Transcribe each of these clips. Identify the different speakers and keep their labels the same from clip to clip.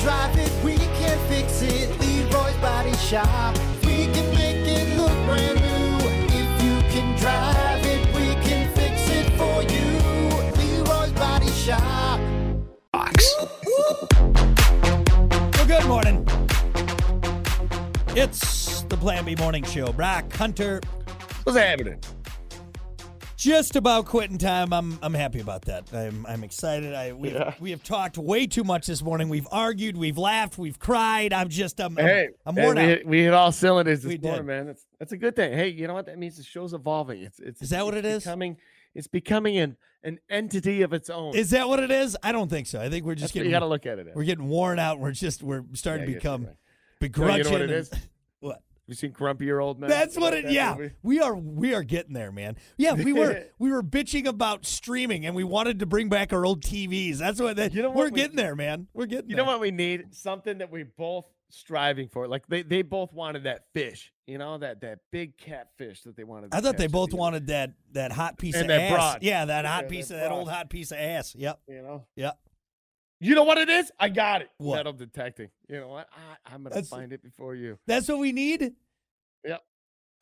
Speaker 1: drive it, we can fix it. Leroy's Body Shop. We can make it look brand new. If you can drive it, we can fix it for you. Leroy's Body Shop.
Speaker 2: Well, good morning. It's the Plan B Morning Show. Brock Hunter,
Speaker 3: What's happening?
Speaker 2: just about quitting time. I'm I'm happy about that. I'm I'm excited. I we we have talked way too much this morning. We've argued. We've laughed. We've cried. I'm just I'm I'm-
Speaker 3: Hey,
Speaker 2: I'm,
Speaker 3: hey,
Speaker 2: worn
Speaker 3: we,
Speaker 2: out.
Speaker 3: Hit, we hit all cylinders this
Speaker 2: We did.
Speaker 3: morning, man. That's that's a good thing. Hey, you know what that means? The show's evolving. It's it's
Speaker 2: Is that what
Speaker 3: it's
Speaker 2: it is?
Speaker 3: Becoming, it's becoming an an entity of its own.
Speaker 2: Is that what it is? I don't think so. I think we're just
Speaker 3: That's what you
Speaker 2: getting
Speaker 3: got to look at it. As.
Speaker 2: we're getting worn out. We're just we're starting
Speaker 3: Yeah, I
Speaker 2: to
Speaker 3: guess you're
Speaker 2: become
Speaker 3: right.
Speaker 2: begrudging.
Speaker 3: You know what it
Speaker 2: and-
Speaker 3: is?
Speaker 2: What?
Speaker 3: You seen Grumpy Old Man?
Speaker 2: That's what
Speaker 3: Like
Speaker 2: it.
Speaker 3: that
Speaker 2: Yeah,
Speaker 3: movie?
Speaker 2: we are. We are getting there, man. Yeah, we were. we were bitching about streaming, and we wanted to bring back our old TVs. That's what. That,
Speaker 3: You know what
Speaker 2: we're
Speaker 3: we-
Speaker 2: getting there, man. We're getting.
Speaker 3: You know
Speaker 2: there.
Speaker 3: what we need? Something that we both striving for. Like they, they both wanted that fish. You know that that big catfish that they wanted.
Speaker 2: I
Speaker 3: to
Speaker 2: thought they
Speaker 3: catch,
Speaker 2: both
Speaker 3: you know,
Speaker 2: wanted that that hot piece
Speaker 3: And
Speaker 2: of
Speaker 3: that
Speaker 2: ass.
Speaker 3: broad.
Speaker 2: Yeah, that hot
Speaker 3: Yeah,
Speaker 2: piece
Speaker 3: that
Speaker 2: of that
Speaker 3: broad.
Speaker 2: old hot piece of ass. Yep.
Speaker 3: You know.
Speaker 2: Yeah.
Speaker 3: You know what it is? I got it.
Speaker 2: What?
Speaker 3: Metal detecting. You know what? I, I'm gonna
Speaker 2: That's-
Speaker 3: find it before you.
Speaker 2: That's what we need.
Speaker 3: Yep.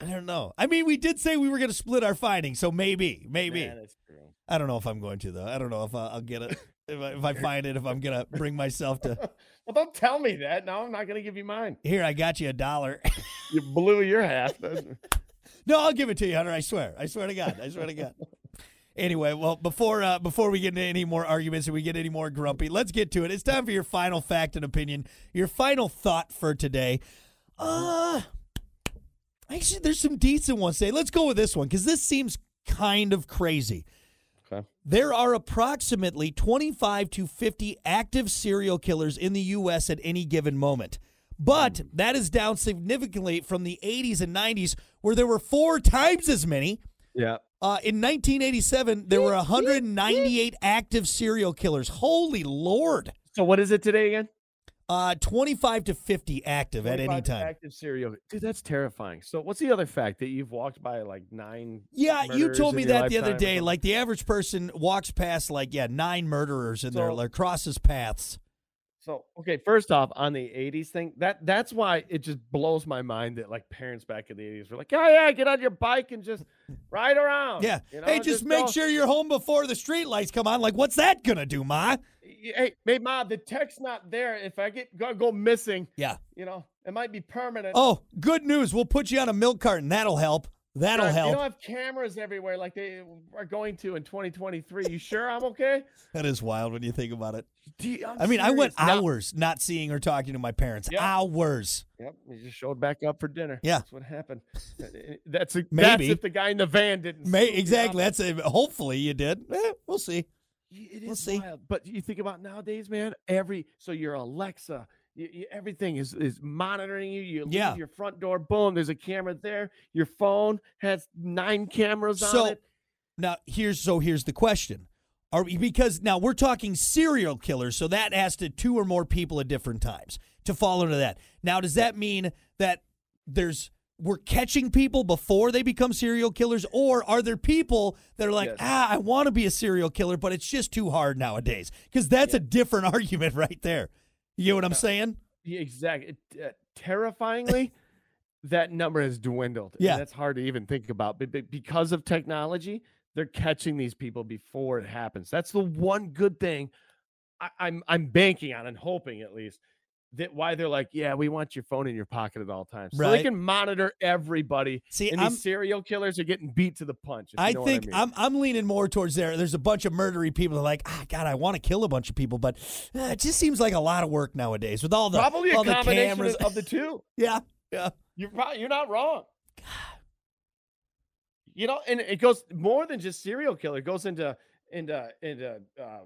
Speaker 2: I don't know. I mean, we did say we were going to split our findings, so maybe, maybe.
Speaker 3: Nah, that's true.
Speaker 2: I don't know if I'm going to though. I don't know if I, I'll get it. If I, if I find it, if I'm gonna bring myself to
Speaker 3: Well, don't tell me that. Now I'm not going to give you mine.
Speaker 2: here, I got you a dollar.
Speaker 3: You blew your half. That's-
Speaker 2: No, I'll give it to you, Hunter. I swear. I swear to God. I swear to God. Anyway, well, before uh, before we get into any more arguments and we get any more grumpy, let's get to it. It's time for your final fact and opinion, your final thought for today. Uh actually, there's some decent ones today. Let's go with this one because this seems kind of crazy.
Speaker 3: Okay.
Speaker 2: There are approximately 25 to 50 active serial killers in the U.S. at any given moment. But
Speaker 3: Hmm.
Speaker 2: that is down significantly from the 80s and 90s, where there were four times as many.
Speaker 3: yeah.
Speaker 2: Uh, in 1987, there were 198 active serial killers. Holy Lord.
Speaker 3: So what is it today again?
Speaker 2: Uh, 25 to 50 active at any
Speaker 3: 25
Speaker 2: time.
Speaker 3: Active serial. Dude, that's terrifying. So what's the other fact that you've walked by like nine?
Speaker 2: Yeah, you
Speaker 3: murders
Speaker 2: told
Speaker 3: in
Speaker 2: me
Speaker 3: your
Speaker 2: that the
Speaker 3: lifetime
Speaker 2: other
Speaker 3: or
Speaker 2: day.
Speaker 3: something?
Speaker 2: Like the average person walks past, like, yeah, nine murderers and their
Speaker 3: So-
Speaker 2: like, crosses paths.
Speaker 3: So okay, first off, on the '80s thing, that that's why it just blows my mind that like parents back in the '80s were like, "Yeah, yeah, get on your bike and just ride around."
Speaker 2: Yeah.
Speaker 3: you
Speaker 2: hey,
Speaker 3: know,
Speaker 2: just, make
Speaker 3: go."
Speaker 2: sure you're home before the street lights come on. Like, what's that gonna do, Ma?
Speaker 3: Y- Hey, hey, ma, the tech's not there. If I get go, go missing,
Speaker 2: Yeah.
Speaker 3: you know, it might be permanent.
Speaker 2: Oh, good news. We'll put you on a milk carton. That'll help. That'll
Speaker 3: Yeah,
Speaker 2: help.
Speaker 3: You don't have cameras everywhere like they are going to in 2023. You sure I'm okay?
Speaker 2: that is wild when you think about it.
Speaker 3: Do you- I'm
Speaker 2: I mean, I went
Speaker 3: serious. Now-
Speaker 2: hours not seeing or talking to my parents.
Speaker 3: Yeah.
Speaker 2: Hours.
Speaker 3: Yep, you just showed back up for dinner.
Speaker 2: Yeah.
Speaker 3: that's what happened. Uh, uh, That's a, that's
Speaker 2: Maybe.
Speaker 3: if the guy in the van didn't.
Speaker 2: May,
Speaker 3: scoop you
Speaker 2: exactly.
Speaker 3: up.
Speaker 2: That's a, hopefully you did. Eh, we'll see.
Speaker 3: Y- It
Speaker 2: We'll
Speaker 3: is
Speaker 2: see.
Speaker 3: wild. But you think about nowadays, man. Every so your Alexa, you, you, everything is is monitoring you. You leave
Speaker 2: Yeah.
Speaker 3: your front door, boom. There's a camera there. Your phone has nine cameras
Speaker 2: So-
Speaker 3: on it.
Speaker 2: Now here's so here's the question. Are we because now we're talking serial killers, so that has to two or more people at different times to fall into that. Now does that mean that there's we're catching people before they become serial killers, or are there people that are like,
Speaker 3: Yes.
Speaker 2: ah, I want to be a serial killer, but it's just too hard nowadays? Because that's a different argument right there. You get what I'm saying?
Speaker 3: Yeah, exactly. It, uh, terrifyingly, that number has dwindled. and
Speaker 2: Yeah.
Speaker 3: that's hard to even think about. But, but because of technology, they're catching these people before it happens. That's the one good thing I, I'm I'm banking on and hoping at least that why they're like, yeah, we want your phone in your pocket at all times, so
Speaker 2: Right.
Speaker 3: they can monitor everybody.
Speaker 2: See,
Speaker 3: and
Speaker 2: I'm
Speaker 3: these serial killers are getting beat to the punch. if you
Speaker 2: I
Speaker 3: know what
Speaker 2: think
Speaker 3: mean.
Speaker 2: I am I'm leaning more towards there. There's a bunch of murdery people that are like, ah, God, I want to kill a bunch of people, but uh, it just seems like a lot of work nowadays with all the
Speaker 3: probably
Speaker 2: all
Speaker 3: a
Speaker 2: the
Speaker 3: combination
Speaker 2: cameras.
Speaker 3: of- of the two.
Speaker 2: yeah, yeah,
Speaker 3: You're probably you're not wrong. You know, and it goes more than just serial killer. It goes into into into uh,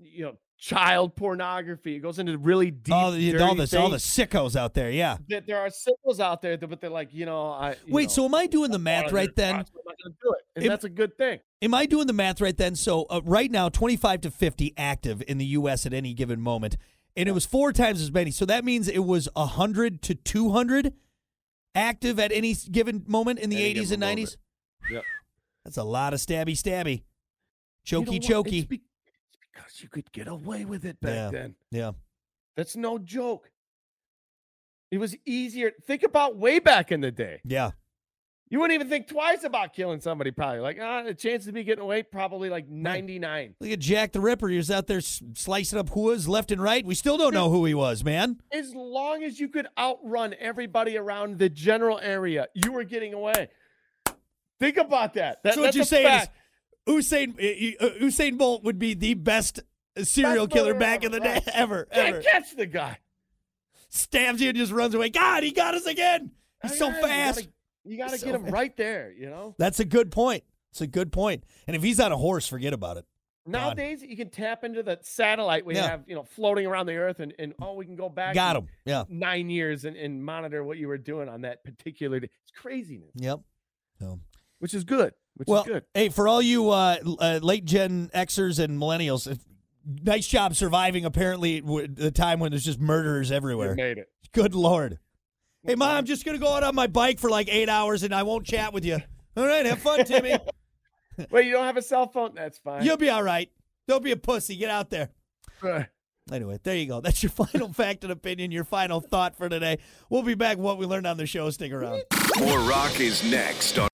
Speaker 3: you know child pornography. It goes into really deep.
Speaker 2: all the all
Speaker 3: dirty
Speaker 2: this all the
Speaker 3: things
Speaker 2: sickos out there. Yeah.
Speaker 3: that there are singles out there, that, but they're like, you know, I you
Speaker 2: Wait,
Speaker 3: know,
Speaker 2: so am I doing the
Speaker 3: I'm
Speaker 2: math
Speaker 3: part of
Speaker 2: right
Speaker 3: their
Speaker 2: then?
Speaker 3: class, I'm not gonna do it, and
Speaker 2: Am-
Speaker 3: that's a good thing.
Speaker 2: Am I doing the math right then? So uh, right now, 25 to 50 active in the U.S. at any given moment, and it was four times as many. So that means it was 100 to 200 active at any s- given moment in the
Speaker 3: Any
Speaker 2: 80s
Speaker 3: given
Speaker 2: and 90s.
Speaker 3: moment. Yep.
Speaker 2: That's a lot of stabby stabby,
Speaker 3: You know
Speaker 2: chokey
Speaker 3: what? It's
Speaker 2: chokey.
Speaker 3: be- it's because you could get away with it back
Speaker 2: Yeah.
Speaker 3: then.
Speaker 2: yeah.
Speaker 3: That's no joke. It was easier. Think about way back in the day.
Speaker 2: Yeah.
Speaker 3: You wouldn't even think twice about killing somebody, probably. Like, ah, the chances of me getting away, probably like 99.
Speaker 2: Look at Jack the Ripper. He was out there s- slicing up whoas left and right. We still don't know who he was, man.
Speaker 3: As long as you could outrun everybody around the general area, you were getting away. Think about that. That-
Speaker 2: so
Speaker 3: that's
Speaker 2: what you're
Speaker 3: a
Speaker 2: saying
Speaker 3: fact.
Speaker 2: is Usain uh, uh, Usain Bolt would be the best serial
Speaker 3: Best
Speaker 2: killer
Speaker 3: murderer
Speaker 2: back in the
Speaker 3: ever,
Speaker 2: day
Speaker 3: right.
Speaker 2: ever,
Speaker 3: Can't
Speaker 2: ever.
Speaker 3: catch the guy.
Speaker 2: Stabs you and just runs away. God, he got us again. He's so
Speaker 3: Yeah,
Speaker 2: fast.
Speaker 3: You gotta, you gotta
Speaker 2: So
Speaker 3: get him
Speaker 2: fast.
Speaker 3: right there, you know?
Speaker 2: That's a good point. It's a good point. And if he's on a horse, forget about it.
Speaker 3: Nowadays, you can tap into the satellite we
Speaker 2: Yeah.
Speaker 3: have, you know, floating around the earth, and, and oh, we can go back.
Speaker 2: Got
Speaker 3: and-
Speaker 2: him. Yeah.
Speaker 3: nine years and, and monitor what you were doing on that particular day. It's craziness,
Speaker 2: Yep. So.
Speaker 3: which is good. Which
Speaker 2: well,
Speaker 3: is good.
Speaker 2: hey, for all you uh, l- uh, late Gen Xers and millennials, if- nice job surviving. Apparently, w- the time when there's just murderers everywhere.
Speaker 3: You made it.
Speaker 2: Good lord. Hey, mom, I'm just gonna go out on my bike for like eight hours, and I won't chat with you. All right, have fun, Timmy.
Speaker 3: Wait, you don't have a cell phone? That's fine.
Speaker 2: You'll be all right. Don't be a pussy. Get out there.
Speaker 3: Uh,
Speaker 2: Anyway, there you go. That's your final fact and opinion. Your final thought for today. We'll be back. What we learned on the show. Stick around.
Speaker 4: More rock is next on